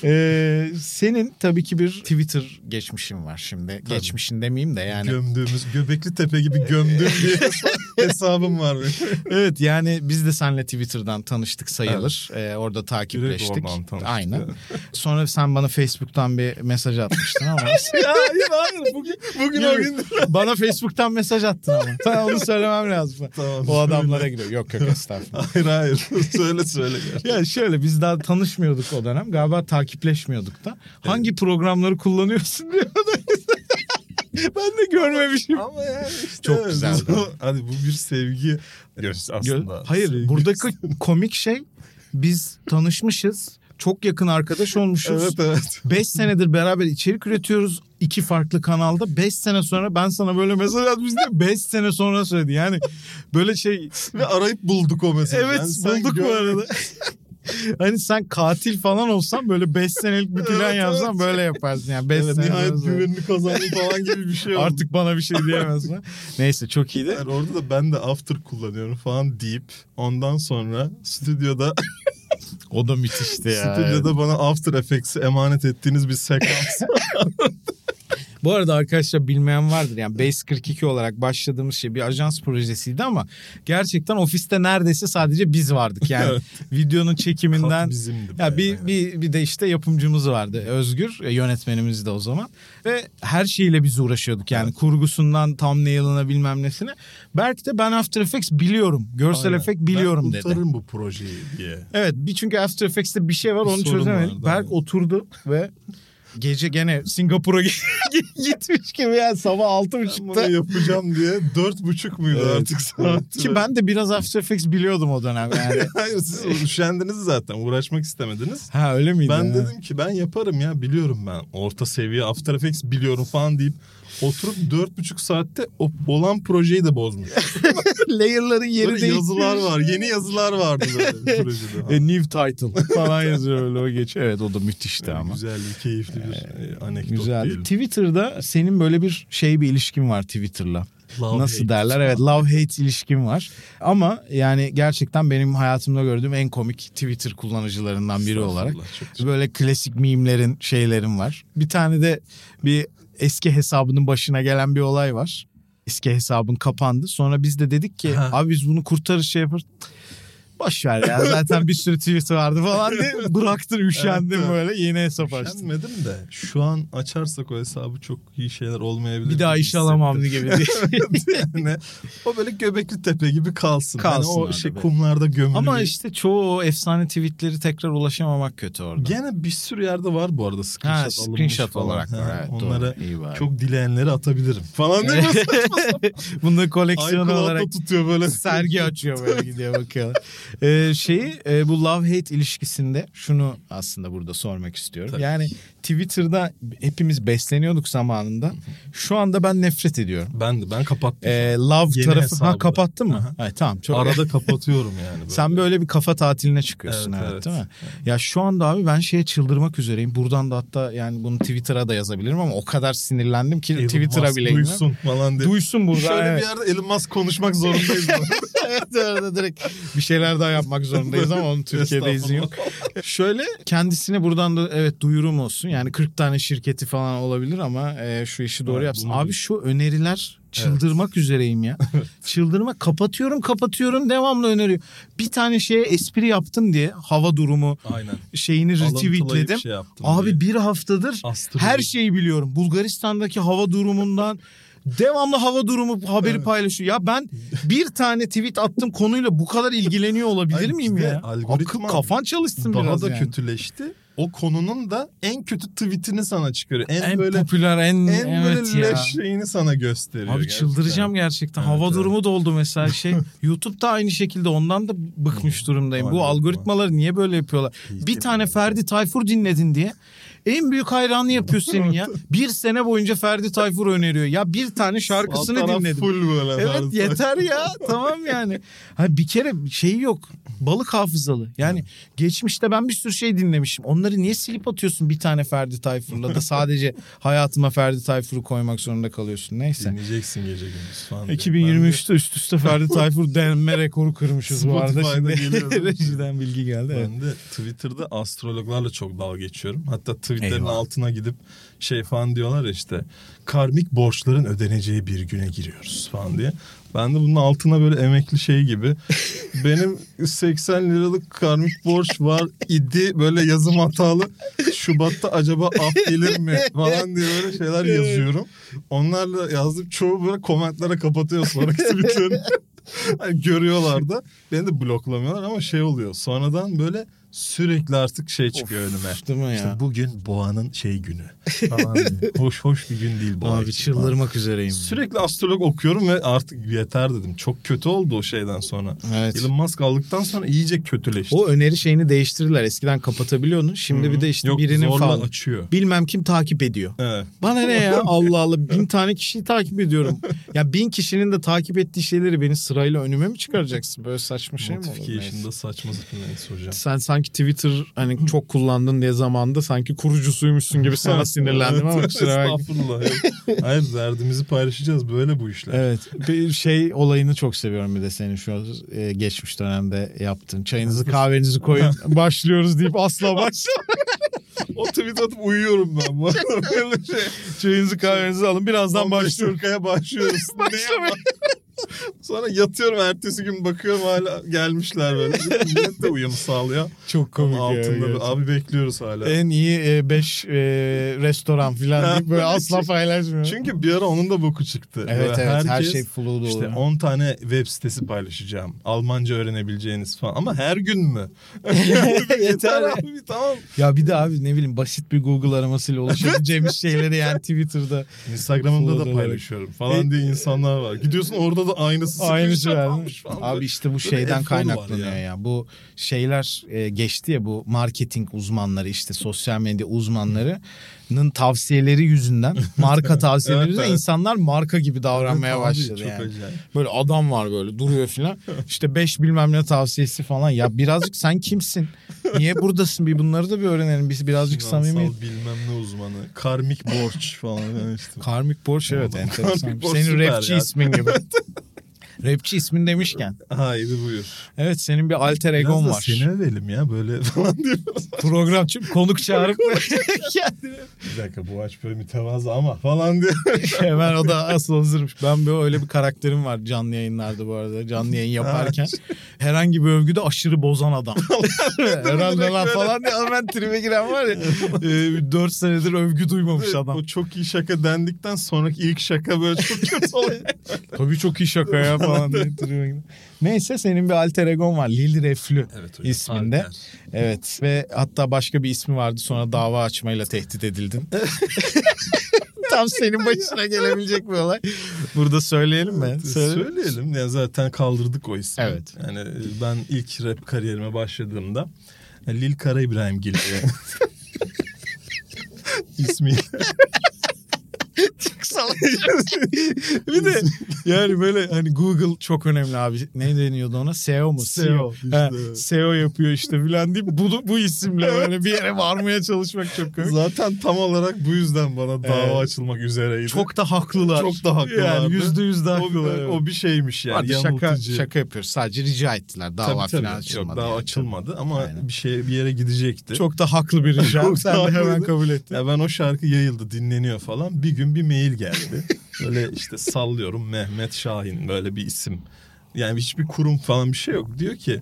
S2: Ee, senin tabii ki bir Twitter geçmişin var şimdi. Geçmişin demeyeyim de yani.
S3: Gömdüğümüz Göbekli Tepe gibi gömdüğüm bir hesabım var benim.
S2: evet yani biz de seninle Twitter'dan tanıştık sayılır. Ee, orada takipleştik.
S3: Direkt oradan tanıştık,
S2: Aynen.
S3: evet.
S2: Sonra sen bana Facebook'tan bir mesaj atmıştın ama.
S3: ya hayır hayır. Bugün, bugün o gün.
S2: bana Facebook'tan mesaj attın ama. Tamam onu söylemem lazım.
S3: Tamam,
S2: o adamlara
S3: söyle.
S2: giriyor. Yok yok estağfurullah.
S3: Hayır hayır. söyle söyle. gel.
S2: Ya şöyle biz daha tanışmıyorduk o dönem. Galiba takipleşmiyorduk da. Hangi programları kullanıyorsun diyor. ben de görmemişim.
S3: Ama yani işte
S2: Çok
S3: evet,
S2: güzeldi
S3: bu-
S2: ama.
S3: Hadi bu bir sevgi aslında.
S2: Gö- Hayır
S3: Sevgi-
S2: buradaki komik şey biz tanışmışız. Çok yakın arkadaş olmuşuz.
S3: Evet evet.
S2: 5 senedir beraber içerik üretiyoruz. iki farklı kanalda. 5 sene sonra ben sana böyle mesaj atmıştım. 5 sene sonra söyledi. Yani böyle şey
S3: Ve arayıp bulduk o mesajı.
S2: evet
S3: Yani sen
S2: bulduk bu
S3: gör-
S2: arada. hani sen katil falan olsan böyle 5 senelik bir plan
S3: Evet,
S2: yapsan
S3: evet.
S2: böyle yaparsın yani 5
S3: Evet,
S2: sene
S3: nihayet
S2: arası.
S3: güvenini kazandın falan gibi bir şey oldu.
S2: Artık bana bir şey diyemezsin. Neyse çok iyiydi.
S3: Yani orada da ben de after kullanıyorum falan deyip ondan sonra stüdyoda
S2: O da müthişti ya.
S3: stüdyoda bana after effects'i emanet ettiğiniz bir sekans.
S2: Bu arada arkadaşlar bilmeyen vardır yani Base 42 olarak başladığımız şey bir ajans projesiydi ama gerçekten ofiste neredeyse sadece biz vardık yani
S3: Evet.
S2: videonun çekiminden
S3: bizimdi. be.
S2: ya bir,
S3: Aynen.
S2: bir, bir de işte yapımcımız vardı Özgür e, yönetmenimiz de o zaman ve her şeyle biz uğraşıyorduk yani kurgusundan tam ne yılına bilmem nesine. Berk de ben After Effects biliyorum görsel
S3: Aynen.
S2: efekt biliyorum
S3: ben
S2: dedi.
S3: kurtarırım bu projeyi diye.
S2: Evet bir çünkü After Effects'te bir şey var
S3: Bir
S2: onu
S3: sorun
S2: çözemedik.
S3: vardı,
S2: Berk
S3: aynen.
S2: oturdu ve gece gene Singapur'a gitmiş gibi yani sabah
S3: Ben bunu
S2: 6.30'da.
S3: yapacağım diye dört buçuk muydu
S2: Evet.
S3: artık saat?
S2: Ki ben de biraz After Effects biliyordum o dönem yani.
S3: Hayır siz üşendiniz zaten uğraşmak istemediniz.
S2: ha öyle miydi?
S3: Ben
S2: Ha.
S3: dedim ki ben yaparım ya biliyorum ben orta seviye After Effects biliyorum falan deyip oturup dört buçuk saatte o olan projeyi de bozmuş.
S2: Layer'ların yeri
S3: Böyle
S2: değişmiş.
S3: yazılar var yeni yazılar vardı böyle projede.
S2: E, new title falan yazıyor öyle o geç. Evet o da müthişti ama.
S3: Güzel bir keyifli bir e, anekdot
S2: Güzel.
S3: diyelim.
S2: Twitter'da senin böyle bir şey bir ilişkin var Twitter'la.
S3: Love
S2: Nasıl
S3: hate.
S2: derler? Evet, love hate ilişkim var. Ama yani gerçekten benim hayatımda gördüğüm en komik Twitter kullanıcılarından biri olarak
S3: Estağfurullah, çok güzel.
S2: böyle klasik mimlerin şeylerim var. Bir tane de bir eski hesabının başına gelen bir olay var. Eski hesabın kapandı. Sonra biz de dedik ki
S3: Ha.
S2: abi biz bunu kurtarır şey yapar. Boş ver ya zaten bir sürü tweet vardı falan diye bıraktım üşendim
S3: Evet, evet.
S2: böyle yeni hesap açtım.
S3: Üşenmedim de şu an açarsak o hesabı çok iyi şeyler olmayabilir.
S2: Bir daha
S3: gibi
S2: iş alamam
S3: hissettim.
S2: gibi diye.
S3: yani o böyle Göbekli Tepe gibi kalsın.
S2: Kalsın
S3: Hani o
S2: orada
S3: şey
S2: be.
S3: kumlarda gömülü.
S2: Ama işte çoğu o efsane tweetleri tekrar ulaşamamak kötü orada.
S3: Gene bir sürü yerde var bu arada screenshot,
S2: ha,
S3: alınmış
S2: screenshot
S3: falan.
S2: olarak var.
S3: Ha,
S2: Evet,
S3: onları
S2: doğru. İyi bari.
S3: çok dileyenleri atabilirim falan değil mi?
S2: bunları koleksiyon olarak
S3: iCloud'da tutuyor böyle.
S2: sergi açıyor böyle gidiyor bakıyor. Ee, şeyi e, bu love hate ilişkisinde şunu aslında burada sormak istiyorum.
S3: Tabii.
S2: Yani Twitter'da hepimiz besleniyorduk zamanında. Şu anda ben nefret ediyorum.
S3: Ben de ben kapattım.
S2: Ee, love
S3: Yeni
S2: tarafı
S3: hesabı
S2: ha
S3: da.
S2: kapattın mı?
S3: Aha.
S2: Hayır, tamam çok
S3: Arada kapatıyorum yani. Böyle.
S2: Sen böyle bir kafa tatiline çıkıyorsun
S3: Evet,
S2: evet,
S3: evet.
S2: değil mi? Ya şu anda abi ben şeye çıldırmak üzereyim. Buradan da hatta yani bunu Twitter'a da yazabilirim ama o kadar sinirlendim ki
S3: Elon
S2: Twitter'a
S3: Musk
S2: bile girmem.
S3: duysun falan diye.
S2: Duysun burada.
S3: Şöyle
S2: evet.
S3: bir yerde Elon Musk konuşmak zorundayız.
S2: Evet, orada direkt bir şeyler daha yapmak zorundayız ama onun Türkiye'de izin yok. Şöyle kendisine buradan da evet duyurum olsun. Yani 40 tane şirketi falan olabilir ama e, şu işi doğru
S3: Evet,
S2: yapsın.
S3: bunu-
S2: Abi şu öneriler çıldırmak üzereyim ya. Çıldırmak kapatıyorum kapatıyorum devamlı öneriyor. Bir tane şeye espri yaptın diye hava durumu
S3: Aynen.
S2: şeyini retweetledim.
S3: Alıntılayıp şey yaptım
S2: Abi
S3: diye.
S2: bir haftadır
S3: Astırıyor.
S2: her şeyi biliyorum. Bulgaristan'daki hava durumundan devamlı hava durumu haberi paylaşıyor. Ya ben bir tane tweet attım konuyla bu kadar ilgileniyor olabilir
S3: Ay,
S2: miyim
S3: bir de
S2: ya?
S3: algoritma
S2: Akıl kafan çalışsın
S3: daha
S2: biraz
S3: da
S2: yani.
S3: kötüleşti. O konunun da en kötü tweetini sana çıkarıyor. En,
S2: En
S3: böyle
S2: popüler en,
S3: en
S2: evet
S3: böyle
S2: ya.
S3: leş şeyini sana gösteriyor.
S2: Abi
S3: gerçekten.
S2: çıldıracağım gerçekten.
S3: Evet,
S2: Hava
S3: evet.
S2: durumu da oldu mesela şey. YouTube'da aynı şekilde ondan da bıkmış durumdayım. Bu
S3: Algoritma.
S2: algoritmaları niye böyle yapıyorlar?
S3: Hmm. İyi
S2: Bir
S3: ki
S2: tane
S3: böyle.
S2: Ferdi Tayfur dinledin diye en büyük hayranı yapıyor senin ya. Bir sene boyunca Ferdi Tayfur öneriyor. Ya bir tane şarkısını
S3: Alt taraf
S2: dinledim.
S3: Full böyle
S2: Evet
S3: tarzda.
S2: yeter ya tamam yani. Ha bir kere şeyi yok. Balık hafızalı. Yani geçmişte ben bir sürü şey dinlemişim. Onları niye silip atıyorsun bir tane Ferdi Tayfur'la da sadece hayatıma Ferdi Tayfur'u koymak zorunda kalıyorsun. Neyse.
S3: Dinleyeceksin gece gündüz falan. diye.
S2: 2023'te üst üste Ferdi Tayfur denme rekoru kırmışız bu arada. Şimdi
S3: Spotify'da geliyor, değil mi?
S2: rejiden bilgi geldi.
S3: Ben de,
S2: Evet.
S3: ben de Twitter'da astrologlarla çok dalga geçiyorum. Hatta tweetlerin
S2: Eyvah.
S3: altına gidip şey falan diyorlar ya işte karmik borçların ödeneceği bir güne giriyoruz falan diye. Ben de bunun altına böyle emekli şey gibi benim 80 liralık karmik borç var idi böyle yazım hatalı. Şubat'ta acaba af gelir mi falan diye böyle şeyler yazıyorum. Onlarla yazdım çoğu böyle komentlara kapatıyor sonra tweetlerini. Hani görüyorlar da. Beni de bloklamıyorlar ama şey oluyor. Sonradan böyle Sürekli artık şey çıkıyor önüme.
S2: Değil mi ya?
S3: İşte bugün boğanın şey günü. Falan. hoş hoş bir gün değil boğa
S2: Abi
S3: için falan.
S2: çıldırmak üzereyim.
S3: Sürekli astrolog okuyorum ve artık yeter dedim. Çok kötü oldu o şeyden sonra.
S2: Evet.
S3: Elon Musk aldıktan sonra iyice kötüleşti.
S2: O öneri şeyini değiştirirler. Eskiden kapatabiliyordun. Şimdi bir de işte
S3: Yok,
S2: birinin
S3: zorla
S2: falan.
S3: açıyor.
S2: Bilmem kim takip ediyor.
S3: Evet.
S2: Bana ne ya Allah Allah bin tane kişiyi takip ediyorum. ya bin kişinin de takip ettiği şeyleri beni sırayla önüme mi çıkaracaksın? Böyle saçma şey mi olur? Neyse.
S3: Notification'da saçma sapan neyse hocam.
S2: Sen sanki Twitter hani çok kullandın diye zamanda sanki kurucusuymuşsun gibi sana sinirlendim ama
S3: Evet,
S2: kusura bakma.
S3: Estağfurullah. evet. Hayır derdimizi paylaşacağız böyle bu işler.
S2: Evet bir şey olayını çok seviyorum bir de senin şu e, geçmiş dönemde yaptın. Çayınızı kahvenizi koyun başlıyoruz deyip asla baş.
S3: O tweet atıp uyuyorum ben. bu arada. böyle şey.
S2: Çayınızı kahvenizi alın birazdan
S3: 15
S2: başlıyoruz.
S3: dakikaya başlıyoruz. Neye bak- Sonra yatıyorum ertesi gün bakıyorum hala gelmişler böyle. Millet de uyum sağlıyor.
S2: Çok
S3: Ama
S2: komik ya.
S3: altında bir-
S2: gerçekten.
S3: abi bekliyoruz hala.
S2: En iyi 5 restoran falan deyip böyle asla paylaşmıyor.
S3: Çünkü bir ara onun da boku çıktı.
S2: evet
S3: Böyle
S2: evet her
S3: herkes
S2: şey flow'da
S3: İşte
S2: oluyor.
S3: 10 tane web sitesi paylaşacağım. Almanca öğrenebileceğiniz falan. Ama her gün mü?
S2: Yeter.
S3: Yeter abi tamam.
S2: Ya bir de abi ne bileyim basit bir Google aramasıyla ulaşabileceğimiz şeyleri yani Twitter'da
S3: Instagram'ımda
S2: Flow'da
S3: da paylaşıyorum falan
S2: E-
S3: diye insanlar var. Gidiyorsun orada da aynısı
S2: aynı şey
S3: screenshot
S2: yani.
S3: almış falan.
S2: Abi işte bu
S3: F1
S2: şeyden
S3: var
S2: kaynaklanıyor ya.
S3: ya.
S2: Bu şeyler e, geçti ya bu marketing uzmanları işte sosyal medya uzmanlarının tavsiyeleri yüzünden marka tavsiyeleri
S3: Evet,
S2: yüzünden
S3: evet.
S2: insanlar marka gibi davranmaya
S3: Abi,
S2: başladı
S3: çok
S2: yani.
S3: acayip.
S2: Böyle adam var böyle duruyor filan. İşte 5 bilmem ne tavsiyesi falan. Ya birazcık sen kimsin? Niye buradasın? Bir bunları da bir öğrenelim. Biz birazcık
S3: Finansal
S2: samimi.
S3: bilmem ne uzmanı. Karmik borç falan. Yani işte.
S2: Karmik Borç evet
S3: Oğlum,
S2: enteresan.
S3: Karmik Borç
S2: Senin
S3: süper
S2: rapçi
S3: ya.
S2: ismin gibi. rapçi ismin demişken.
S3: Haydi buyur.
S2: Evet senin bir alter egon
S3: Biraz da
S2: var.
S3: Seni övelim ya böyle falan diye.
S2: Program çünkü konuk çağırıp
S3: bir dakika bu aç böyle mütevazı ama falan diye.
S2: hemen o da asıl hazırmış. Ben böyle öyle bir karakterim var canlı yayınlarda bu arada. Canlı yayın yaparken herhangi bir övgüde aşırı bozan adam. Herhalde lan falan diye hemen tribe giren var ya. 4 senedir övgü duymamış adam.
S3: O çok iyi şaka dendikten sonraki ilk şaka böyle çok kötü oluyor.
S2: Tabii çok iyi şaka ya falan diye tribe giren. Neyse senin bir alter egon var. Lil Reflü.
S3: evet
S2: hocam, İsminde. alter. Evet ve hatta başka bir ismi vardı sonra dava açmayla tehdit edildin. Tam senin başına gelebilecek bir olay. Burada söyleyelim mi? Söyle-
S3: Söyleyelim. Ya zaten kaldırdık o ismi.
S2: Evet.
S3: Yani e, ben ilk rap kariyerime başladığımda e, Lil Kara İbrahim Gil diye ismi.
S2: bir de yani böyle hani Google çok önemli abi. Ne deniyordu ona? SEO mu? E
S3: SEO, işte.
S2: Ha, SEO yapıyor işte filan deyip bu, bu isimle böyle bir yere varmaya çalışmak çok komik.
S3: Zaten tam olarak bu yüzden bana dava
S2: Evet.
S3: açılmak üzereydi.
S2: Çok da haklılar.
S3: Çok da haklılardı.
S2: Yani yüzde yüz de
S3: o, bir-
S2: haklılar.
S3: o bir şeymiş yani.
S2: Hadi şaka,
S3: yanıltıcı.
S2: şaka yapıyoruz. Sadece rica ettiler. Dava
S3: Tabii, tabii.
S2: falan
S3: Yok,
S2: açılmadı.
S3: daha
S2: yani.
S3: açılmadı ama
S2: Aynen.
S3: bir şey bir yere gidecekti.
S2: Çok da haklı bir rica.
S3: Çok
S2: Sen de
S3: haklıydı.
S2: hemen kabul ettin.
S3: Ya ben o şarkı yayıldı dinleniyor falan. Bir gün bir mail geldi. Böyle işte sallıyorum Mehmet Şahin böyle bir isim. Yani hiçbir kurum falan bir şey yok. Diyor ki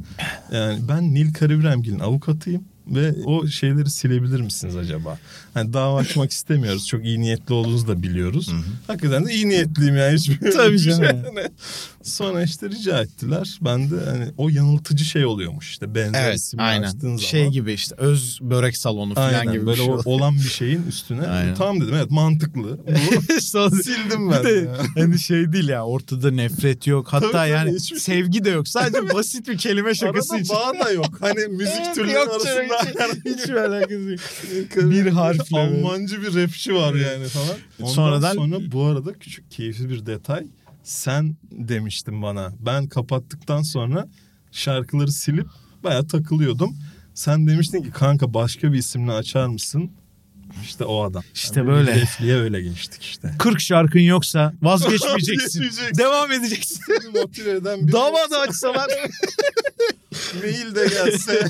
S3: yani ben Nil Karabilemgil'in avukatıyım ve o şeyleri silebilir misiniz acaba? Hani dava açmak istemiyoruz. Çok iyi niyetli olduğunuzu da biliyoruz. Hakikaten de iyi niyetliyim yani. Hiçbir
S2: Tabii
S3: bir şey
S2: canım.
S3: yani. Sonra işte rica ettiler. Ben de hani o yanıltıcı şey oluyormuş işte benzer
S2: Evet
S3: isimle açtığın
S2: aynen.
S3: zaman.
S2: Şey gibi işte öz börek salonu falan
S3: Aynen
S2: gibi
S3: böyle
S2: bir şey.
S3: o- olan bir şeyin üstüne. hani
S2: Aynen.
S3: Tamam dedim evet mantıklı. Bu
S2: Son-
S3: sildim
S2: bir
S3: ben.
S2: de
S3: ya.
S2: hani şey değil ya ortada nefret yok. Hatta
S3: Tabii, tabii,
S2: yani
S3: hiçbir- şey-
S2: sevgi de yok. Sadece basit bir kelime şakası
S3: Arada
S2: için.
S3: bağ da yok. Hani müzik
S2: Evet,
S3: türleri
S2: yok canım,
S3: arasında
S2: hiç, hiç alakası yok.
S3: yani
S2: bir harfle böyle.
S3: Almancı bir rapçi var yani falan. Ondan
S2: Sonradan-
S3: sonra bu arada küçük keyifli bir detay. Sen demiştin bana. Ben kapattıktan sonra şarkıları silip baya takılıyordum. Sen demiştin ki kanka başka bir isimle açar mısın? İşte o adam.
S2: İşte böyle.
S3: Refliye öyle geçtik işte.
S2: 40 şarkın yoksa vazgeçmeyeceksin.
S3: Vazgeçmeyeceksin.
S2: Devam edeceksin.
S3: Seni motive eden bir
S2: Dava da açsalar.
S3: mail de gelse.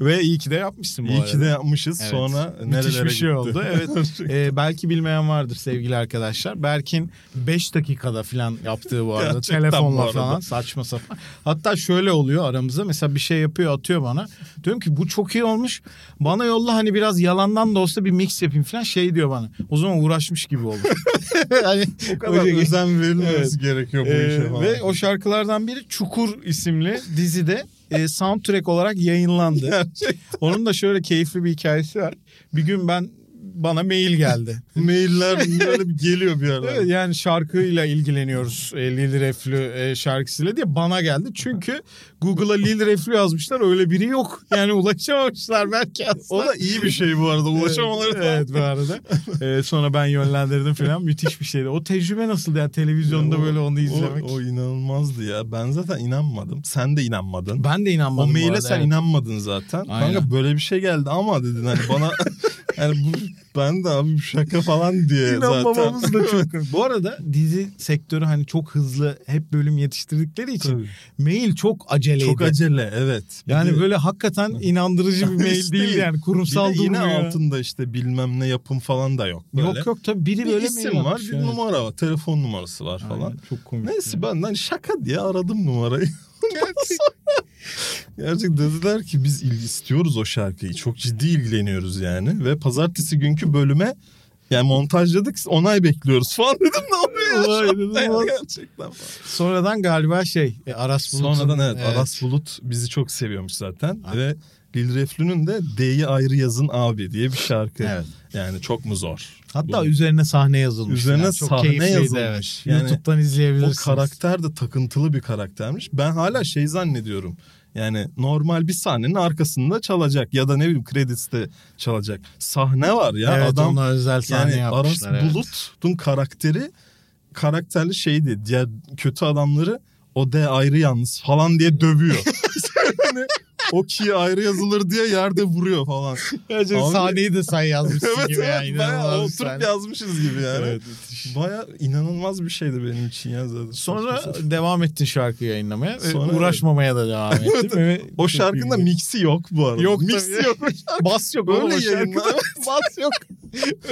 S2: Ve iyi ki de yapmışsın bu
S3: İyi
S2: arada.
S3: ki de yapmışız.
S2: Evet.
S3: Sonra
S2: Müthiş
S3: nerelere
S2: bir şey
S3: gitti?
S2: oldu, evet. Ee, belki bilmeyen vardır sevgili arkadaşlar. Berk'in 5 dakikada falan yaptığı bu arada.
S3: Gerçekten bu
S2: Telefonla
S3: arada.
S2: falan saçma sapan. Hatta şöyle oluyor aramızda. Mesela bir şey yapıyor atıyor bana. Diyorum ki bu çok iyi olmuş. Bana yolla hani biraz yalandan da olsa bir mix yapayım falan. Şey diyor bana. O zaman uğraşmış gibi olur. hani
S3: o kadar
S2: öyle-
S3: özen verilmemesi
S2: Evet.
S3: gerekiyor bu
S2: Ee,
S3: işe falan.
S2: ve o şarkılardan biri Çukur isimli dizide e, soundtrack olarak yayınlandı. Onun da şöyle keyifli bir hikayesi var. Bir gün ben bana mail geldi.
S3: Mailler böyle bir geliyor bir ara.
S2: Evet, yani şarkıyla ilgileniyoruz e, Lil Reflü e, şarkısıyla diye bana geldi. Çünkü Google'a Lil Reflü yazmışlar öyle biri yok. Yani ulaşamamışlar belki aslında.
S3: O da iyi bir şey bu arada ulaşamaları.
S2: Evet, evet bu arada. Ee, sonra ben yönlendirdim falan müthiş bir şeydi. O tecrübe nasıldı ya televizyonda
S3: O-
S2: böyle onu izlemek?
S3: O, o inanılmazdı ya. Ben zaten inanmadım. Sen de inanmadın.
S2: ben de
S3: o
S2: inanmadım. bu
S3: maile
S2: arada,
S3: sen
S2: evet.
S3: inanmadın zaten.
S2: Aynen.
S3: Kanka böyle bir şey geldi ama dedin hani bana yani bu ben de abi şaka falan diye
S2: İnanmamamız
S3: zaten.
S2: da çok. Bu arada dizi sektörü hani çok hızlı hep bölüm yetiştirdikleri için
S3: Tabii.
S2: mail çok aceleydi.
S3: Çok acele evet. Bir de-
S2: yani böyle hakikaten inandırıcı bir mail
S3: Hiç
S2: değil
S3: değil.
S2: yani
S3: bir de
S2: kurumsal
S3: yine
S2: durmuyor.
S3: altında işte bilmem ne yapım falan da yok. Böyle.
S2: Yok yok tabii biri
S3: Bir
S2: böyle
S3: isim var, bir numara var, telefon numarası var falan.
S2: Çok komik.
S3: Neyse ben lan şaka diye aradım numarayı. Gerçek. Gerçek dediler ki biz il- istiyoruz o şarkıyı. Çok ciddi ilgileniyoruz yani. Ve pazartesi günkü bölüme yani montajladık onay bekliyoruz falan dedim ne oluyor?
S2: Vay,
S3: ya?
S2: inanılmaz.
S3: Gerçekten.
S2: Sonradan galiba şey e, Aras Bulut'un.
S3: Sonradan evet, Aras Bulut bizi çok seviyormuş zaten.
S2: Aynen.
S3: Ve Lil Reflü'nün de D'yi ayrı yazın abi diye bir şarkı.
S2: Evet.
S3: Yani çok mu zor?
S2: Hatta
S3: Bu-
S2: üzerine sahne yazılmış.
S3: Üzerine
S2: yani.
S3: sahne
S2: keyifliydi,
S3: yazılmış.
S2: evet.
S3: Yani
S2: YouTube'dan
S3: O
S2: izleyebilirsiniz.
S3: karakter de takıntılı bir karaktermiş. Ben hala şey zannediyorum. Yani normal bir sahnenin arkasında çalacak ya da ne bileyim krediste çalacak. Sahne var ya
S2: evet,
S3: adam
S2: ona özel sahne
S3: yani Aras
S2: yapmışlar. evet.
S3: Bulut'un karakteri karakterli şeydi. Diğer kötü adamları o D ayrı yalnız falan diye dövüyor. yani o ki ayrı yazılır diye yerde vuruyor falan.
S2: Gerçekten
S3: Abi-
S2: sahneyi de sen yazmışsın
S3: evet
S2: gibi yani.
S3: evet bayağı
S2: inanılmaz bir
S3: oturup
S2: sahne.
S3: yazmışız gibi yani.
S2: Evet,
S3: Baya inanılmaz bir şeydi benim için ya zaten.
S2: Sonra devam ettin şarkı yayınlamaya. ve
S3: Sonra-
S2: uğraşmamaya da devam ettim. Ve
S3: O şarkında miksi yok bu arada.
S2: Yok
S3: miksi
S2: tabii.
S3: yok.
S2: Bas yok.
S3: Öyle
S2: oğlum o
S3: yayınlar.
S2: şarkıda. Bas yok.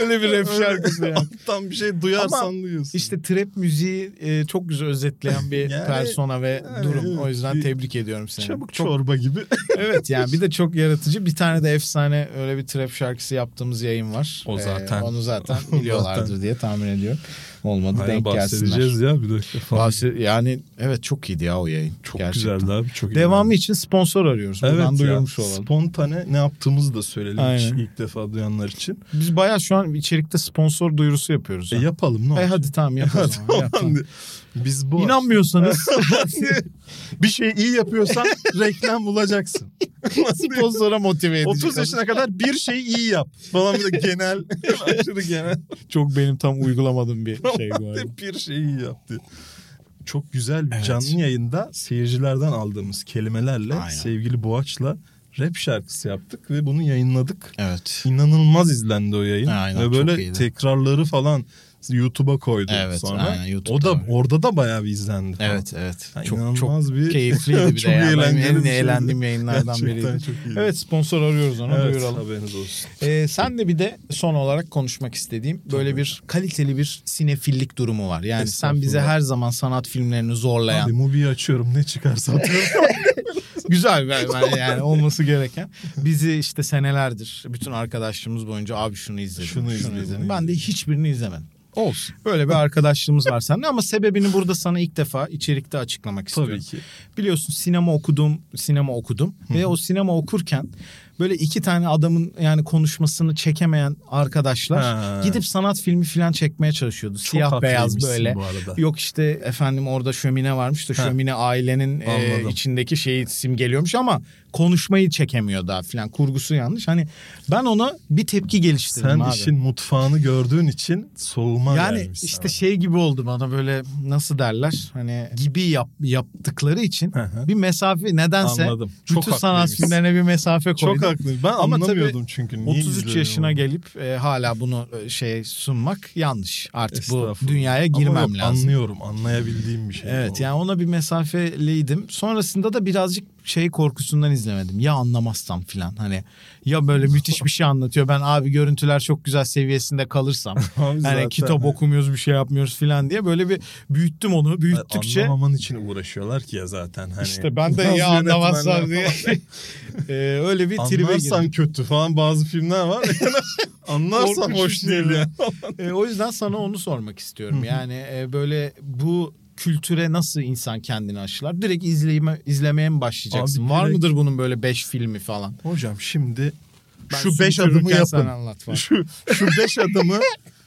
S2: Öyle bir rap
S3: Öyle.
S2: şarkısı yani.
S3: Alttan bir şey duyarsan
S2: Ama
S3: duyuyorsun.
S2: İşte trap müziği e, çok güzel özetleyen bir
S3: Yani-
S2: persona ve
S3: yani
S2: durum.
S3: evet,
S2: O yüzden
S3: bir-
S2: tebrik ediyorum seni.
S3: çabuk
S2: çok
S3: çorba gibi.
S2: Evet yani bir de çok yaratıcı. Bir tane de efsane öyle bir trap şarkısı yaptığımız yayın var.
S3: O
S2: Ee,
S3: zaten.
S2: onu zaten
S3: O
S2: biliyorlardır
S3: zaten.
S2: diye tahmin ediyorum. Olmadı denk gelsinler.
S3: bahsedeceğiz ya bir dakika falan.
S2: Bahse- yani evet çok iyiydi ya o yayın.
S3: çok
S2: Gerçekten.
S3: güzeldi abi çok iyi.
S2: Devamı için sponsor arıyoruz.
S3: Evet
S2: Buradan
S3: ya,
S2: duyurmuş olalım.
S3: Spontane ne yaptığımızı da söyleyelim
S2: Aynen.
S3: hiç ilk defa duyanlar için.
S2: Biz baya şu an içerikte sponsor duyurusu yapıyoruz.
S3: E
S2: ha.
S3: yapalım ne
S2: E,
S3: olacak?
S2: hadi tamam yap o zaman, yap tamam.
S3: Hadi. Biz bu
S2: İnanmıyorsanız
S3: bir şey iyi yapıyorsan reklam bulacaksın. Nasıl diyeyim?
S2: sponsora motive edeceğiz.
S3: 30 yaşına kadar bir şeyi iyi yap falan bir de genel aşırı genel.
S2: Çok benim tam uygulamadığım bir şey bu arada.
S3: Hep bir şeyi yaptı. Çok güzel bir canlı yayında seyircilerden aldığımız kelimelerle
S2: Aynen.
S3: sevgili Boğaç'la rap şarkısı yaptık ve bunu yayınladık.
S2: Evet.
S3: İnanılmaz izlendi o yayın.
S2: Aynen,
S3: ve
S2: çok
S3: böyle
S2: iyiydi.
S3: tekrarları falan YouTube'a koyduk
S2: Evet,
S3: sonra.
S2: aynen, YouTube'da
S3: o da
S2: var.
S3: orada da bayağı bir izlendi. falan.
S2: Evet evet.
S3: Yani
S2: çok çok
S3: inanılmaz bir
S2: keyifliydi bir
S3: çok
S2: de ya. Benim
S3: eğlenceli bir
S2: en
S3: şeydi.
S2: eğlendiğim yayınlardan
S3: Gerçekten
S2: biriydi.
S3: çok iyiydi.
S2: Evet sponsor arıyoruz onu
S3: Evet,
S2: duyuralım.
S3: haberiniz olsun.
S2: Ee, sen de bir de son olarak konuşmak istediğim böyle bir kaliteli bir sinefillik durumu var. Yani sen
S3: Estağfurullah.
S2: bize her zaman sanat filmlerini zorlayan
S3: Abi Mubi'yi açıyorum ne çıkarsa atıyorum.
S2: güzel bir yani, yani olması gereken. Bizi işte senelerdir bütün arkadaşlığımız boyunca abi şunu izledim.
S3: Şunu
S2: Şunu,
S3: izledim,
S2: izledim.
S3: bunu
S2: Ben de hiçbirini izlemedim.
S3: Olsun.
S2: Böyle bir arkadaşlığımız var seninle ama sebebini burada sana ilk defa içerikte açıklamak istiyorum.
S3: Tabii ki.
S2: biliyorsun sinema okudum, sinema okudum ve o sinema okurken böyle iki tane adamın yani konuşmasını çekemeyen arkadaşlar
S3: Ha.
S2: gidip sanat filmi falan çekmeye çalışıyordu.
S3: Çok
S2: Siyah beyaz
S3: haklıymışsın
S2: böyle.
S3: bu arada.
S2: Yok işte efendim orada şömine varmış da şömine ailenin e,
S3: Anladım.
S2: içindeki şeyi simgeliyormuş ama konuşmayı çekemiyor daha falan kurgusu yanlış. Hani ben ona bir tepki geliştirdim
S3: Sen
S2: abi.
S3: işin mutfağını gördüğün için soğuma
S2: Yani
S3: gelmiş
S2: işte
S3: sana.
S2: şey gibi oldu bana böyle nasıl derler hani gibi yap, yaptıkları için
S3: Hı hı.
S2: bir mesafe nedense
S3: Anladım. Çok
S2: bütün sanat
S3: haklıymışsın.
S2: filmlerine bir mesafe koydum.
S3: çok haklı. Ben
S2: Ama tabii
S3: anlamıyordum çünkü. Niye
S2: 33
S3: izliyorum
S2: yaşına
S3: onu?
S2: gelip e, hala bunu e, şey sunmak yanlış. Artık bu
S3: Estağfurullah.
S2: dünyaya
S3: Ama
S2: girmem
S3: yok,
S2: lazım.
S3: Anlıyorum. Anlayabildiğim bir şey.
S2: Evet
S3: bu.
S2: yani ona bir mesafeliydim. Sonrasında da birazcık şey korkusundan izlemedim. Ya anlamazsam filan hani ya böyle müthiş bir şey anlatıyor. Ben abi görüntüler çok güzel seviyesinde kalırsam.
S3: Abi zaten-
S2: hani kitap okumuyoruz bir şey yapmıyoruz filan diye böyle bir büyüttüm onu. Büyüttükçe
S3: Anlamaman için uğraşıyorlar ki ya zaten. Hani
S2: işte ben de
S3: Bazı
S2: ya anlamazsam
S3: yönetmenler
S2: diye
S3: falan,
S2: e, öyle bir tribe girdim.
S3: Anlarsan kötü falan bazı filmler var. Anlarsan
S2: Korkunç
S3: hoş değil ya.
S2: Ee, E, o yüzden sana onu sormak istiyorum. Yani e, böyle bu kültüre nasıl insan kendini aşılar? Direkt izleme, izlemeye mi başlayacaksın?
S3: Abi
S2: Var
S3: direkt-
S2: mıdır bunun böyle 5 filmi falan?
S3: Hocam şimdi
S2: Ben
S3: şu beş
S2: sürütürürken
S3: adımı
S2: sen
S3: yapın.
S2: anlat falan.
S3: Şu, şu beş adımı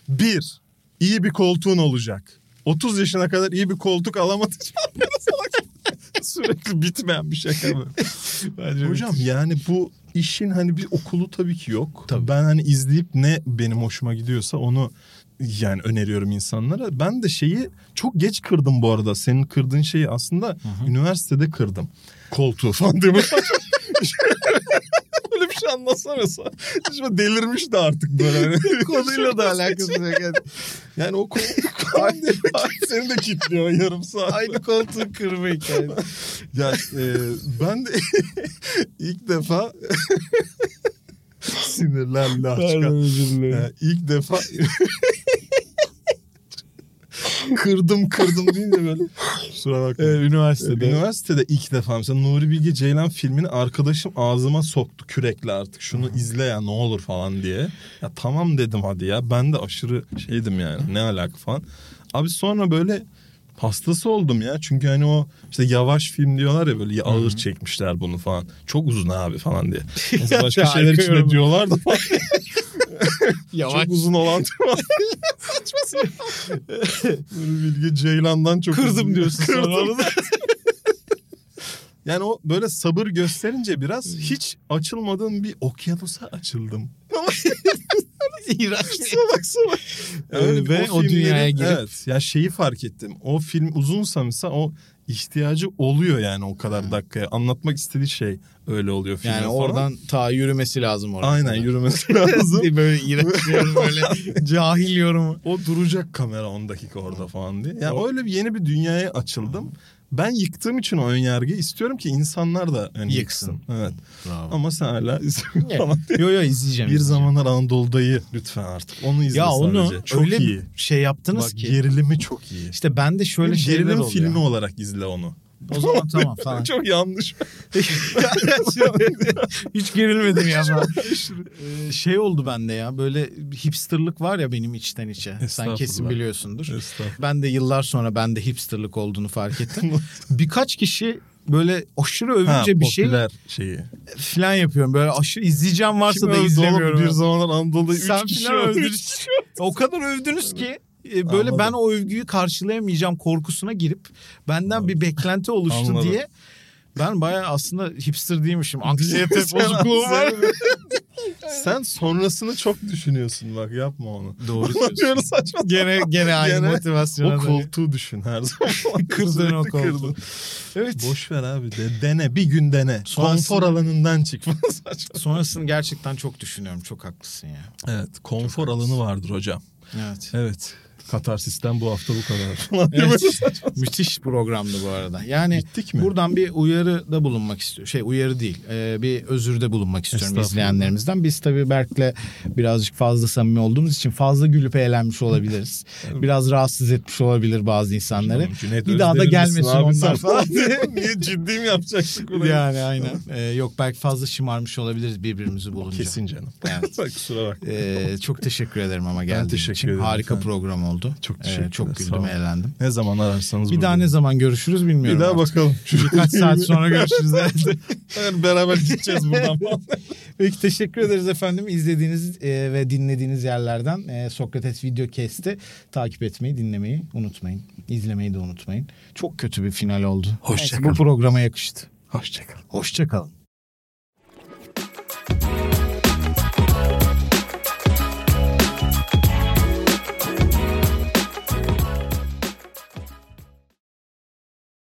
S3: bir, iyi bir koltuğun olacak. 30 yaşına kadar iyi bir koltuk alamadın. Sürekli bitmeyen bir şey şaka bu. Hocam yani bu işin hani bir okulu tabii ki yok. Ben hani izleyip ne benim hoşuma gidiyorsa onu yani öneriyorum insanlara. Ben de şeyi çok geç kırdım bu arada. Senin kırdığın şeyi aslında üniversitede kırdım. Koltuğu falan değil mi? Böyle bir şey anlatsam mesela. Şimdi delirmişti artık böyle. hani.
S2: Konuyla da alakası yok.
S3: Yani o koltuk falan diye seni de kilitliyor yarım saat.
S2: Aynı koltuğu kırma hikayesi.
S3: Ya e, ben de ilk defa sinirlerle açık. Ee, ilk defa kırdım kırdım deyince böyle kusura bakma.
S2: üniversitede.
S3: Ee, Üniversitede ilk defa mesela Nuri Bilge Ceylan filmini arkadaşım ağzıma soktu kürekle artık. Şunu izle ya ne olur falan diye. Ya tamam dedim hadi ya. Ben de aşırı şeydim yani ne alaka falan. Abi sonra böyle hastası oldum ya. Çünkü hani o işte yavaş film diyorlar ya böyle ya ağır çekmişler bunu falan. Çok uzun abi falan diye. Mesela başka şeyler
S2: Harika
S3: için de
S2: yorum.
S3: diyorlar da falan.
S2: Yavaş.
S3: Çok uzun olan Nuri Bilge Ceylan'dan çok
S2: Kırdım
S3: uzun.
S2: diyorsun sonra onu
S3: yani o böyle sabır gösterince biraz
S2: Hmm.
S3: hiç açılmadığım bir okyanusa açıldım.
S2: İğrenç.
S3: Salak salak.
S2: Ee, ve o dünyaya girip-
S3: Evet. Ya şeyi fark ettim. O film uzunsa mesela o ihtiyacı oluyor yani o kadar dakikaya. Anlatmak istediği şey öyle oluyor filmin
S2: Hmm. Yani
S3: falan.
S2: oradan ta yürümesi lazım orada.
S3: Aynen yürümesi lazım.
S2: böyle iğrenç bir yorum, böyle cahil yorumu.
S3: O duracak kamera 10 dakika orada falan diye. Yani öyle bir yeni bir dünyaya açıldım. Ben yıktığım için o önyargıyı istiyorum ki insanlar da hani
S2: Yıksın.
S3: yıksın. Evet. Ama sen hala izliyorsun
S2: Evet.
S3: falan.
S2: Yo yo izleyeceğim.
S3: Bir zamanlar Anadolu'dayı lütfen artık. Onu izle
S2: ya onu
S3: sadece. Çok
S2: öyle
S3: iyi.
S2: şey yaptınız
S3: Bak
S2: ki.
S3: gerilimi çok iyi.
S2: işte ben de şöyle
S3: Bir
S2: şeyler
S3: gerilim
S2: oluyor.
S3: filmi olarak izle onu.
S2: O zaman tamam falan.
S3: Çok yanlış.
S2: Hiç gerilmedim ya. ben. Ee, şey oldu bende ya böyle hipsterlık var ya benim içten içe. Sen
S3: Estağfurullah.
S2: kesin biliyorsundur.
S3: Estağfurullah.
S2: Ben de yıllar sonra bende hipsterlık olduğunu fark ettim. Birkaç kişi böyle aşırı övünce bir şey
S3: popüler şeyi.
S2: falan yapıyorum. Böyle aşırı izleyeceğim varsa
S3: Kim
S2: da
S3: övdü
S2: izlemiyorum.
S3: oğlum? Bir zamanlar Anadolu'da 3
S2: Sen
S3: kişi
S2: filan
S3: övdü.
S2: övdün. O kadar övdünüz ki e, böyle
S3: Anladım.
S2: ben o övgüyü karşılayamayacağım korkusuna girip benden bir beklenti oluştu
S3: Anladım.
S2: diye ben bayağı aslında hipster değilmişim. Anksiyete bozukluğum var.
S3: Sen sonrasını çok düşünüyorsun bak yapma onu.
S2: Doğru
S3: Anlatıyoruz saçma.
S2: Gene gene aynı
S3: Gene
S2: motivasyona.
S3: O
S2: dönüyor.
S3: koltuğu düşün her zaman.
S2: Kırdın o
S3: Sürekli
S2: koltuğu.
S3: kırdın.
S2: Evet.
S3: Boş ver abi de dene bir gün dene.
S2: Sonrasında-
S3: Konfor alanından çık. Saçma.
S2: Sonrasını gerçekten çok düşünüyorum. Çok haklısın ya.
S3: evet konfor alanı vardır hocam.
S2: Evet.
S3: Evet. Katarsisten bu hafta bu kadar.
S2: evet. Müthiş programdı bu arada. Yani
S3: Bittik mi?
S2: Buradan bir uyarıda bulunmak istiyorum. Şey uyarı değil. e, bir özürde bulunmak istiyorum
S3: Estağfurullah.
S2: izleyenlerimizden. Biz tabii Berk'le birazcık fazla samimi olduğumuz için fazla gülüp eğlenmiş olabiliriz. Biraz rahatsız etmiş olabilir bazı insanları.
S3: Canım, Cüneyt
S2: bir daha da
S3: Özdemir
S2: gelmesin
S3: misin abi sen
S2: onlar falan.
S3: Niye ciddi mi yapacaktık bunu?
S2: yani aynen. E, yok belki fazla şımarmış olabiliriz birbirimizi bulunca.
S3: Kesin canım.
S2: Evet.
S3: Kusura bak.
S2: E, çok teşekkür ederim ama geldiğin
S3: teşekkür
S2: için.
S3: ederim
S2: Harika
S3: efendim.
S2: program oldu.
S3: Çok
S2: E,
S3: teşekkürler,
S2: çok
S3: sağ
S2: güldüm,
S3: olun.
S2: eğlendim.
S3: Ne zaman ararsanız
S2: Bir daha ne
S3: buradayım.
S2: zaman görüşürüz bilmiyorum.
S3: Bir daha
S2: artık.
S3: bakalım.
S2: Birkaç saat sonra görüşürüz herhalde.
S3: Yani beraber gideceğiz buradan falan.
S2: Peki teşekkür ederiz efendim. İzlediğiniz e, ve dinlediğiniz yerlerden e, Sokrates video kesti. Takip etmeyi, dinlemeyi unutmayın. İzlemeyi de unutmayın. Çok kötü bir final oldu.
S3: Hoşça
S2: Neyse, Bu programa yakıştı.
S3: Hoşçakalın.
S2: Hoşçakalın.